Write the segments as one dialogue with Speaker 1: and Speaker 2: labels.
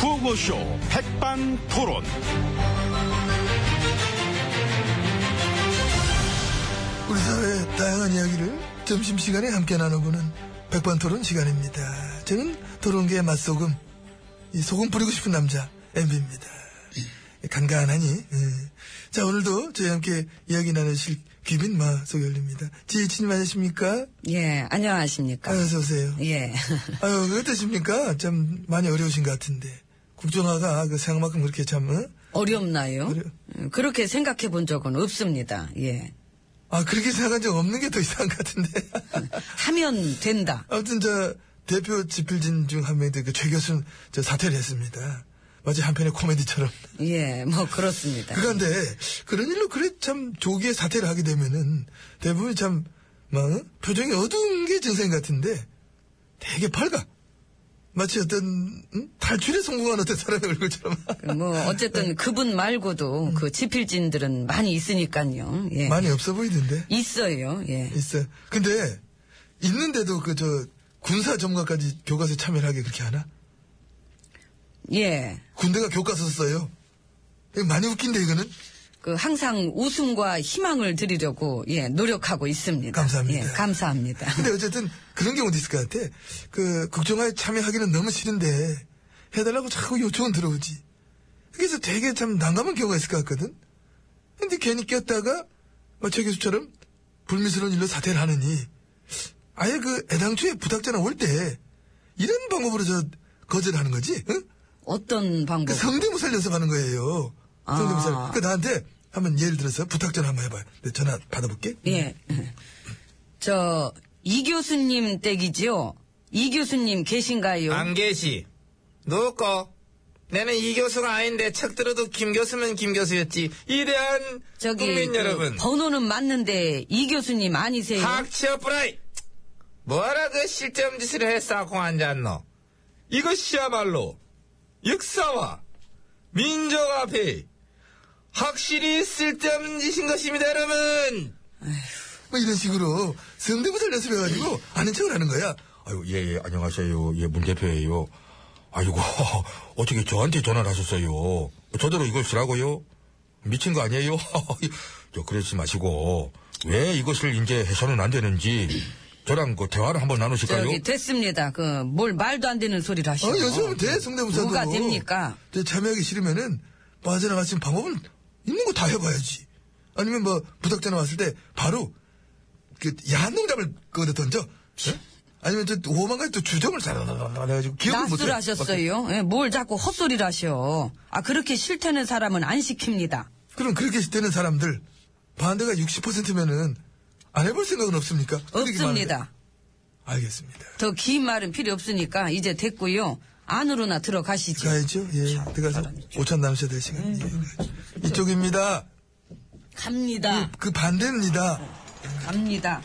Speaker 1: 구호쇼 백반토론.
Speaker 2: 우리 사회의 다양한 이야기를 점심시간에 함께 나눠보는 백반토론 시간입니다. 저는 토론계의 맛소금, 이 소금 뿌리고 싶은 남자 엠비입니다. 간간하니. 예. 자 오늘도 저희 함께 이야기 나누실 귀빈 마 소개올립니다. 지혜진님 안녕하십니까?
Speaker 3: 예, 안녕하십니까.
Speaker 2: 아, 어서 오세요.
Speaker 3: 예.
Speaker 2: 아유 어떠십니까? 참 많이 어려우신 것 같은데 국정화가 그 생각만큼 그렇게 참. 어?
Speaker 3: 어렵나요?
Speaker 2: 어려-
Speaker 3: 음, 그렇게 생각해 본 적은 없습니다. 예.
Speaker 2: 아 그렇게 생각한 적 없는 게 더 이상한 것 같은데.
Speaker 3: 하면 된다.
Speaker 2: 아무튼 저 대표 지필진 중 한 명인데 그최 교수는 저 사퇴를 했습니다. 마치 한편의 코미디처럼.
Speaker 3: 예, 뭐 그렇습니다.
Speaker 2: 그런데 그런 일로 그래 참 조기에 사퇴를 하게 되면은 대부분 참 막, 어? 표정이 어두운 게 증상 같은데 되게 밝아. 마치 어떤 음? 탈출에 성공한 어떤 사람의 얼굴처럼
Speaker 3: 그 뭐
Speaker 2: 네.
Speaker 3: 어쨌든 그분 말고도 그 지필진들은 많이 있으니까요. 예.
Speaker 2: 음. 많이 네. 없어 보이던데
Speaker 3: 있어요. 예.
Speaker 2: 있어요. 근데 있는데도 그 저 군사 전문가까지 교과서에 참여를 하게 그렇게 하나?
Speaker 3: 예.
Speaker 2: 군대가 교과서 써요. 이거 많이 웃긴데 이거는.
Speaker 3: 그 항상 웃음과 희망을 드리려고 예, 노력하고 있습니다.
Speaker 2: 감사합니다.
Speaker 3: 예, 감사합니다.
Speaker 2: 근데 어쨌든 그런 경우도 있을 것 같아. 그 국정화에 참여하기는 너무 싫은데 해달라고 자꾸 요청은 들어오지. 그래서 되게 참 난감한 경우가 있을 것 같거든. 근데 괜히 꼈다가 뭐 최 교수처럼 불미스러운 일로 사퇴를 하느니 아예 그 애당초에 부탁자나 올 때 이런 방법으로 저 거절하는 거지. 응?
Speaker 3: 어떤 방법?
Speaker 2: 그 성대모사를 연습하는 거예요.
Speaker 3: 네. 아.
Speaker 2: 성대모사를. 그 나한테 한번 예를 들어서 부탁 전화 한번 해봐요. 네, 전화 받아볼게.
Speaker 3: 예. 저, 이 교수님 댁이지요? 이 교수님 계신가요?
Speaker 4: 안 계시. 누구? 나는 이 교수가 아닌데 책 들어도 김 교수면 김 교수였지. 이대한
Speaker 3: 저기
Speaker 4: 국민
Speaker 3: 그
Speaker 4: 여러분.
Speaker 3: 번호는 맞는데 이 교수님 아니세요?
Speaker 4: 학치어프라이 뭐라 그 실점 짓을 했어 공안잔노 이것이야말로 역사와 민족 앞에 확실히 쓸데없는 짓인 것입니다 여러분
Speaker 2: 뭐 이런 식으로 성대모사를 연습해가지고 아는 척을 하는 거야.
Speaker 5: 예. 아유, 예, 예, 안녕하세요. 예, 문 대표예요. 아이고, 어떻게 저한테 전화를 하셨어요? 저대로 이걸 쓰라고요? 미친 거 아니에요? 저 그러지 마시고, 왜 이것을 이제 해서는 안 되는지, 저랑 그 대화를 한번 나누실까요?
Speaker 3: 저기 됐습니다. 그 뭘 말도 안 되는 소리를
Speaker 2: 어,
Speaker 3: 하시고.
Speaker 2: 연습하면 돼, 성대모사도.
Speaker 3: 뭐가 됩니까?
Speaker 2: 이제 참여하기 싫으면은 빠져나갈 수 있는 방법은 있는 거 다 해봐야지. 아니면 뭐 부탁 전화 왔을 때 바로 그 야한 농담을 거기다 던져. 예? 아니면 저 오만가지 또 주정을 잘라라라 해가지고 기억을 못해.
Speaker 3: 낯을 하셨어요? 예, 뭘 자꾸 헛소리를 하셔. 아 그렇게 싫다는 사람은 안 시킵니다.
Speaker 2: 그럼 그렇게 되는 사람들 반대가 60%면은 안 해볼 생각은 없습니까? 그렇게 많은데.
Speaker 3: 없습니다.
Speaker 2: 알겠습니다.
Speaker 3: 더 긴 말은 필요 없으니까 이제 됐고요. 안으로나 들어가시죠.
Speaker 2: 가야죠. 예. 들어가서 5천 남으셔야 될 시간. 예.
Speaker 3: 네.
Speaker 2: 이쪽입니다.
Speaker 3: 갑니다.
Speaker 2: 그 반대입니다.
Speaker 3: 갑니다.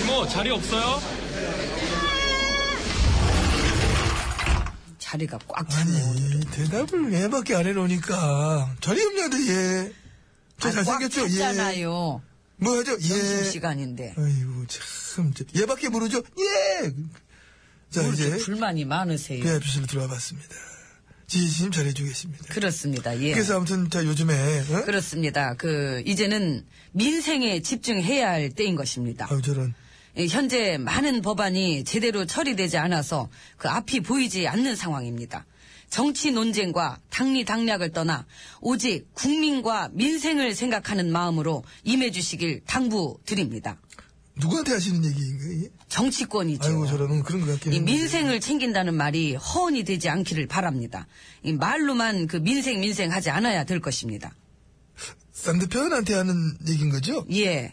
Speaker 6: 이모 뭐, 자리 없어요?
Speaker 3: 자리가 꽉
Speaker 2: 아니
Speaker 3: 차네.
Speaker 2: 음, 대답을 얘밖에 안 해놓으니까 자리 없냐데 예.
Speaker 3: 아,
Speaker 2: 저 잘생겼죠? 예.
Speaker 3: 잖아요
Speaker 2: 뭐 하죠? 예.
Speaker 3: 점심시간인데.
Speaker 2: 아이고 참 저- 얘밖에 모르죠? 예. 자
Speaker 3: 뭘 이렇게
Speaker 2: 이제
Speaker 3: 불만이 많으세요.
Speaker 2: VIP실로 들어와봤습니다. 지지님 잘해주겠습니다.
Speaker 3: 그렇습니다. 예.
Speaker 2: 그래서 아무튼 자 요즘에 어?
Speaker 3: 그렇습니다. 그 이제는 민생에 집중해야 할 때인 것입니다.
Speaker 2: 아유 저런
Speaker 3: 예, 현재 많은 법안이 제대로 처리되지 않아서 그 앞이 보이지 않는 상황입니다. 정치 논쟁과 당리 당략을 떠나 오직 국민과 민생을 생각하는 마음으로 임해주시길 당부드립니다.
Speaker 2: 누구한테 하시는 얘기인가? 예?
Speaker 3: 정치권이죠.
Speaker 2: 아이고 저런 음, 그런 것 같긴
Speaker 3: 그렇죠. 이
Speaker 2: 한데.
Speaker 3: 민생을 챙긴다는 말이 허언이 되지 않기를 바랍니다. 이 말로만 그 민생 민생 하지 않아야 될 것입니다.
Speaker 2: 상대편한테 하는 얘기인 거죠?
Speaker 3: 예.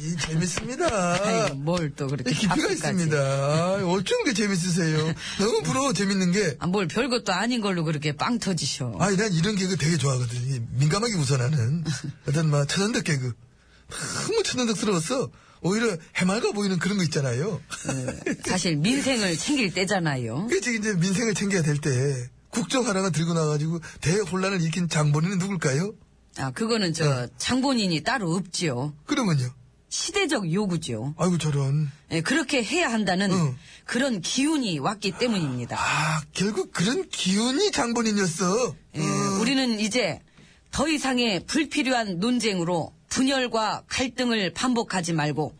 Speaker 2: 이 재밌습니다.
Speaker 3: 뭘 또 그렇게
Speaker 2: 어. 깊이가
Speaker 3: 앞끝까지.
Speaker 2: 있습니다. 아, 어쩜 이렇게 재밌으세요? 너무 부러워 재밌는 게.
Speaker 3: 아, 뭘 별것도 아닌 걸로 그렇게 빵 터지셔.
Speaker 2: 아니, 난 이런 개그 되게 좋아하거든. 이 민감하게 웃어나는. 어떤, 막, 천연덕 개그. 너무 천연덕스러워서, 오히려 해맑아 보이는 그런 거 있잖아요.
Speaker 3: 그, 사실 민생을 챙길 때잖아요.
Speaker 2: 그치, 이제 민생을 챙겨야 될 때, 국정 하나가 들고 나가지고, 대혼란을 일으킨 장본인은 누굴까요? 네.
Speaker 3: 아, 그거는 저 장본인이 따로 없지요.
Speaker 2: 그러면요.
Speaker 3: 시대적 요구죠.
Speaker 2: 아이고, 저런.
Speaker 3: 예, 그렇게 해야 한다는
Speaker 2: 응.
Speaker 3: 그런 기운이 왔기 때문입니다.
Speaker 2: 아, 결국 그런 기운이 장본인이었어.
Speaker 3: 예, 우리는 이제 더 이상의 불필요한 논쟁으로 분열과 갈등을 반복하지 말고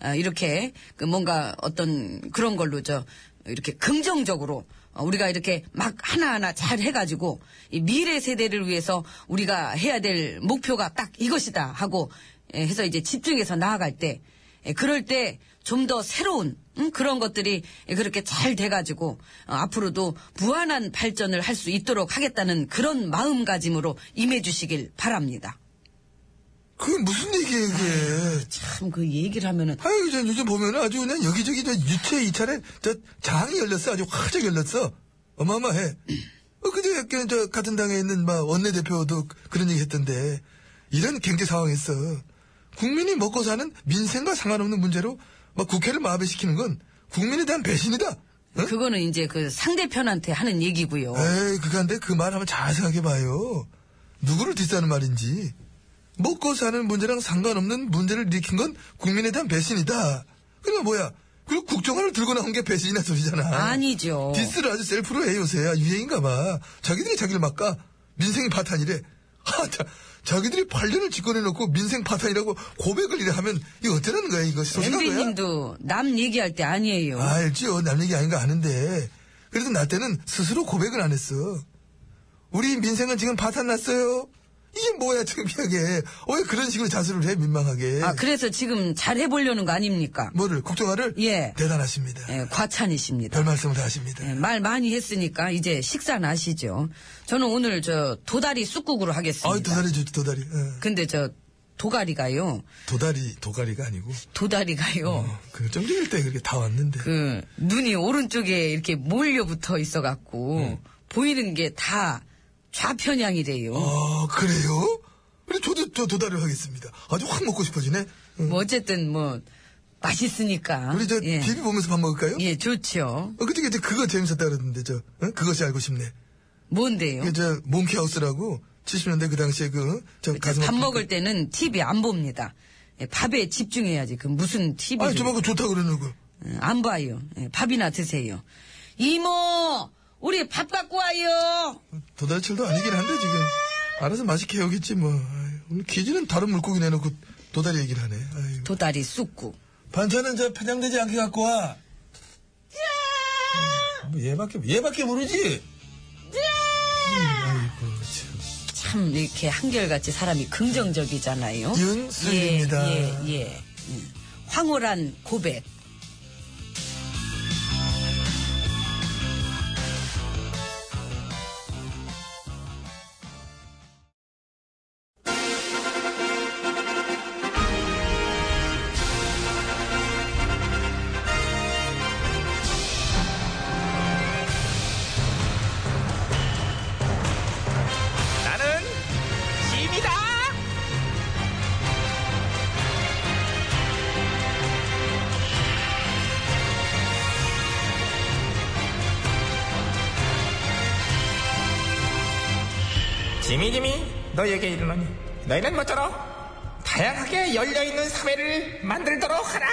Speaker 3: 아, 이렇게 그 뭔가 어떤 그런 걸로 저 이렇게 긍정적으로 어, 우리가 이렇게 막 하나하나 잘 해가지고 이 미래 세대를 위해서 우리가 해야 될 목표가 딱 이것이다 하고 예, 해서 이제 집중해서 나아갈 때 예, 그럴 때 좀 더 새로운 음, 그런 것들이 예, 그렇게 잘 돼가지고 어, 앞으로도 무한한 발전을 할 수 있도록 하겠다는 그런 마음가짐으로 임해주시길 바랍니다.
Speaker 2: 그게 무슨 얘기예요, 그게.
Speaker 3: 참 그 얘기를 하면은
Speaker 2: 아유, 저 요즘 보면 아주 그냥 여기저기 저 유체 이찰에 저 장이 열렸어. 아주 화적 열렸어. 어마어마해. 어, 근데 약간 저 같은 당에 있는 막 원내대표도 그런 얘기 했던데 이런 경제 상황에서 국민이 먹고 사는 민생과 상관없는 문제로 막 국회를 마비시키는 건 국민에 대한 배신이다. 어?
Speaker 3: 그거는 이제 그 상대편한테 하는 얘기고요.
Speaker 2: 에이, 그간데 그 말 한번 잘 생각해봐요. 누구를 디스하는 말인지. 먹고 사는 문제랑 상관없는 문제를 일으킨 건 국민에 대한 배신이다. 그러니까 뭐야. 그리고 국정화를 들고 나온 게 배신이나 소리잖아.
Speaker 3: 아니죠.
Speaker 2: 디스를 아주 셀프로 해, 요새. 아, 유행인가 봐. 자기들이 자기를 막가. 민생이 파탄이래. 하, 자, 자기들이 8년을 집권해놓고 민생 파탄이라고 고백을 이래 하면 이거 어쩌라는 거야, 이거. 소식한 거야?
Speaker 3: MB님도 남 얘기할 때 아니에요.
Speaker 2: 알지요. 남 얘기 아닌 거 아는데. 그래도 나 때는 스스로 고백을 안 했어. 우리 민생은 지금 파탄났어요. 이게 뭐야, 창피하게. 어, 왜 그런 식으로 자수를 해, 민망하게.
Speaker 3: 아, 그래서 지금 잘 해보려는 거 아닙니까?
Speaker 2: 뭐를, 국정화를?
Speaker 3: 예.
Speaker 2: 대단하십니다.
Speaker 3: 예, 과찬이십니다.
Speaker 2: 별 말씀을 다 하십니다.
Speaker 3: 예, 말 많이 했으니까 이제 식사는 하시죠. 저는 오늘 저 도다리 쑥국으로 하겠습니다.
Speaker 2: 아이, 도다리 좋지, 도다리. 어.
Speaker 3: 근데 저 도가리가요.
Speaker 2: 도다리, 도가리가 아니고.
Speaker 3: 도다리가요.
Speaker 2: 어, 그, 정직일 때 그렇게 다 왔는데.
Speaker 3: 그 눈이 오른쪽에 이렇게 몰려 붙어 있어갖고
Speaker 2: 네.
Speaker 3: 보이는 게 다 좌편향이래요.
Speaker 2: 아, 그래요? 그래, 저도 저 도다리를 하겠습니다. 아주 확 먹고 싶어지네. 어.
Speaker 3: 뭐 어쨌든 뭐 맛있으니까.
Speaker 2: 우리 저,
Speaker 3: 예.
Speaker 2: 비비 보면서 밥 먹을까요?
Speaker 3: 예, 좋죠.
Speaker 2: 어, 그때 그때 그거 재밌었다 그러던데, 저, 어? 그것이 알고 싶네.
Speaker 3: 뭔데요?
Speaker 2: 그, 저, 몽키하우스라고, 70년대 그 당시에 그, 저, 가슴
Speaker 3: 밥
Speaker 2: 아픈
Speaker 3: 먹을 때는 TV 안 봅니다. 예, 밥에 집중해야지. 그 무슨 TV?
Speaker 2: 그- 아니, 저보고 좋다 그러는 거.
Speaker 3: 안 봐요. 예, 밥이나 드세요. 이모, 우리 밥 갖고 와요.
Speaker 2: 도달철도 아니긴 한데, 지금. 알아서 맛있게 해오겠지, 뭐. 아유, 오늘 기지는 다른 물고기 내놓고 도다리 얘기를 하네. 아유.
Speaker 3: 도다리 쑥구.
Speaker 2: 반찬은 저 포장되지 않게 갖고 와. 음, 뭐 얘밖에, 얘밖에 모르지? 음, 아이고, 참.
Speaker 3: 참 이렇게 한결같이 사람이 긍정적이잖아요.
Speaker 2: 윤수입니다.
Speaker 3: 예, 예, 예. 음. 황홀한 고백.
Speaker 4: 나는 짐이다. 짐이 짐이 너에게 이르노니 너희는 뭐처럼 다양하게 열려있는 사회를 만들도록 하라.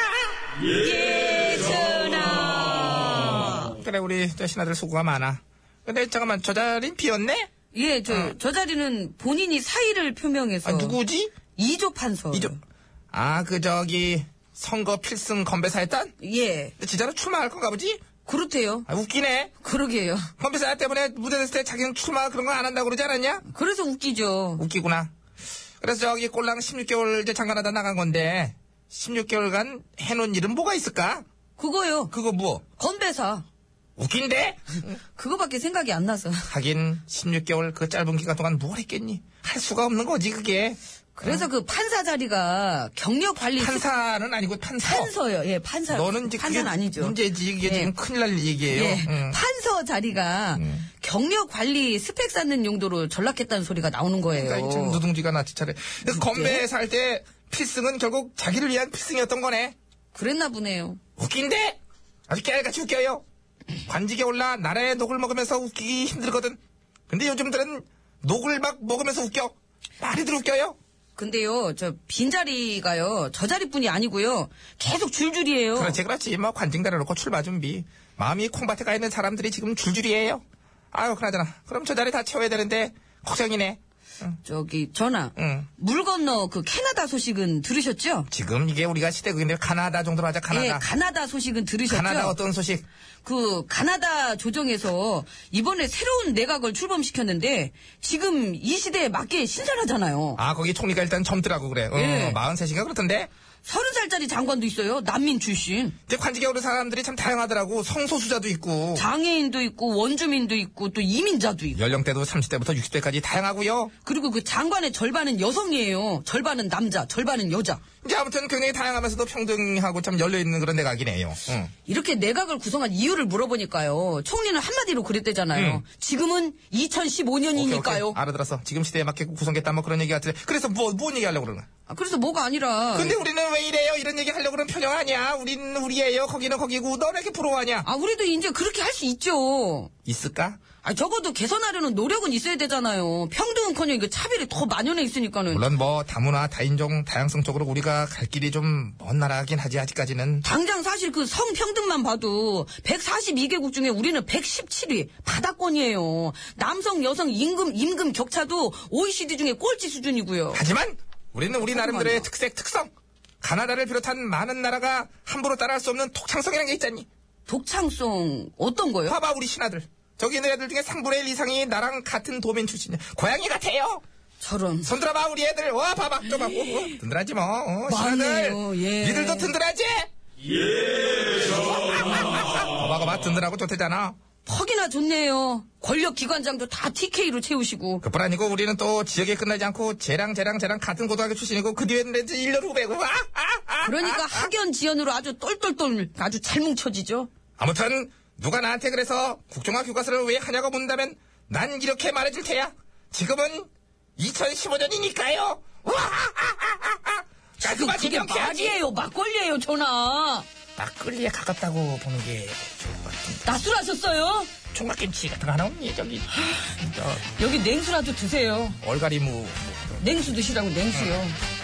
Speaker 3: 예전아.
Speaker 4: 그래 우리 저 신하들 수고가 많아. 근데 잠깐만 저 자리는 비었네?
Speaker 3: 예, 저, 저 자리는 본인이 사의를 표명해서.
Speaker 4: 아 누구지?
Speaker 3: 이조 판서.
Speaker 4: 이좀 아, 그, 저기, 선거 필승 건배사였던?
Speaker 3: 예,
Speaker 4: 진짜로 출마할 건가 보지?
Speaker 3: 그렇대요.
Speaker 4: 아, 웃기네.
Speaker 3: 그러게요.
Speaker 4: 건배사 때문에 무대 됐을 때 자기는 출마 그런 거 안 한다고 그러지 않았냐?
Speaker 3: 그래서 웃기죠.
Speaker 4: 웃기구나. 그래서 저기 꼴랑 16개월 이제 장관하다 나간 건데, 16개월간 해놓은 일은 뭐가 있을까?
Speaker 3: 그거요.
Speaker 4: 그거 뭐?
Speaker 3: 건배사.
Speaker 4: 웃긴데?
Speaker 3: 그거밖에 생각이 안 나서.
Speaker 4: 하긴, 16개월 그 짧은 기간 동안 뭘 했겠니? 할 수가 없는 거지, 그게.
Speaker 3: 그래서 그 판사 자리가 경력 관리
Speaker 4: 아. 판사는 아니고 판서.
Speaker 3: 판서요. 예, 판사.
Speaker 4: 너는 이제 그게
Speaker 3: 판사는 아니죠.
Speaker 4: 문제지. 이게
Speaker 3: 예.
Speaker 4: 지금 큰일 날 얘기예요. 음.
Speaker 3: 예,
Speaker 4: 응.
Speaker 3: 판서 자리가 경력 관리 스펙 쌓는 용도로 전락했다는 소리가 나오는 거예요.
Speaker 4: 그러니까 지금 누둥지가 나지 차례. 그래서 건배사 할때 필승은 결국 자기를 위한 필승이었던 거네.
Speaker 3: 그랬나 보네요.
Speaker 4: 웃긴데 아주 깨알같이 웃겨요. 관직에 올라 나라의 녹을 먹으면서 웃기기 힘들거든. 근데 요즘들은 녹을 막 먹으면서 웃겨. 많이들 웃겨요.
Speaker 3: 근데요, 저 빈자리가요, 저 자리뿐이 아니고요, 계속 줄줄이에요.
Speaker 4: 그렇지 그렇지 뭐 관증 달아놓고 출마 준비 마음이 콩밭에 가 있는 사람들이 지금 줄줄이에요 아유 그나저나 그럼 저 자리 다 채워야 되는데 걱정이네
Speaker 3: 저기, 전화.
Speaker 4: 응.
Speaker 3: 물 건너 그 캐나다 소식은 들으셨죠?
Speaker 4: 지금 이게 우리가 시대극인데 가나다 정도로 하자
Speaker 3: 예,
Speaker 4: 가나다
Speaker 3: 가나다 소식은 들으셨죠?
Speaker 4: 가나다 어떤 소식
Speaker 3: 그 가나다 조정에서 이번에 새로운 내각을 출범시켰는데 지금 이 시대에 맞게 신선하잖아요.
Speaker 4: 아 거기 총리가 일단 젊더라고 그래 어,
Speaker 3: 예.
Speaker 4: 43시가 그렇던데
Speaker 3: 서른 살짜리 장관도 있어요. 난민 출신.
Speaker 4: 근데 관직에 오 사람들이 참 다양하더라고 성소수자도 있고
Speaker 3: 어. 장애인도 있고 원주민도 있고 또 이민자도 있고.
Speaker 4: 연령대도 30대부터 60대까지 다양하고요
Speaker 3: 그리고 그 장관의 절반은 여성이에요. 절반은 남자, 절반은 여자.
Speaker 4: 이제 아무튼 굉장히 다양하면서도 평등하고 참 열려있는 그런 내각이네요 응.
Speaker 3: 이렇게 내각을 구성한 이유를 물어보니까요. 총리는 한마디로 그랬대잖아요. 지금은
Speaker 4: 오케이,
Speaker 3: 2015년이니까요.
Speaker 4: 음. 오케이. 알아들었어. 지금 시대에 맞게 구성됐다 뭐 그런 얘기 같은데. 그래서 뭐, 뭔 얘기 하려고 그러는 거야?
Speaker 3: 아, 그래서 뭐가 아니라 예.
Speaker 4: 근데 우리는 왜 이래요? 이런 얘기 하려고 그러면 편형 아니야. 우리는 우리예요. 거기는 거기고. 너왜 이렇게 부러워하냐?
Speaker 3: 아 우리도 이제 그렇게 할 수 있죠.
Speaker 4: 있을까?
Speaker 3: 아 적어도 개선하려는 노력은 있어야 되잖아요. 평등은커녕 이거 차별이 더 만연해 있으니까는.
Speaker 4: 물론 뭐 다문화, 다인종, 다양성 쪽으로 우리가 갈 길이 좀 먼 나라긴 하지 아직까지는.
Speaker 3: 당장 사실 그 성평등만 봐도 142개국 중에 우리는 117위 바닥권이에요. 남성 여성 임금 임금 격차도 OECD 중에 꼴찌 수준이고요.
Speaker 4: 하지만 우리는 우리
Speaker 3: 하지만요.
Speaker 4: 나름대로의 특색, 특성. 가나다를 비롯한 많은 나라가 함부로 따라할 수 없는 독창성이라는 게 있잖니.
Speaker 3: 독창성 어떤 거요?
Speaker 4: 봐봐 우리 신하들. 저기 있는 애들 중에 3분의 1 이상이 나랑 같은 도민 출신이야. 고양이 같아요.
Speaker 3: 저런.
Speaker 4: 손들어봐 우리 애들 와 봐봐 좀 봐. 어, 어, 든든하지 뭐 어, 신하들
Speaker 3: 맞네요, 예.
Speaker 4: 니들도 든든하지 예 거봐 거봐 든든하고 좋대잖아
Speaker 3: 퍽이나 좋네요. 권력 기관장도 다 TK로 채우시고.
Speaker 4: 그뿐 아니고 우리는 또 지역에 끝나지 않고 쟤랑 쟤랑 쟤랑 같은 고등학교 출신이고 그 뒤에는 이제 1년 후배고 아, 아, 아.
Speaker 3: 그러니까 학연 지연으로 아주 똘똘똘 아주 잘 뭉쳐지죠.
Speaker 4: 아무튼 누가 나한테 그래서 국정화 교과서를 왜 하냐고 묻는다면 난 이렇게 말해줄 테야 지금은 2015년이니까요 아,
Speaker 3: 지금 그게 말이에요. 막걸리예요, 전화.
Speaker 4: 막걸리에 가깝다고 보는 게 좋을 것 같은데
Speaker 3: 낮술하셨어요?
Speaker 4: 총각김치 같은 거 하나 없니? 저기 저
Speaker 3: 여기 냉수라도 드세요.
Speaker 4: 얼갈이 무
Speaker 3: 냉수 드시라고 냉수요.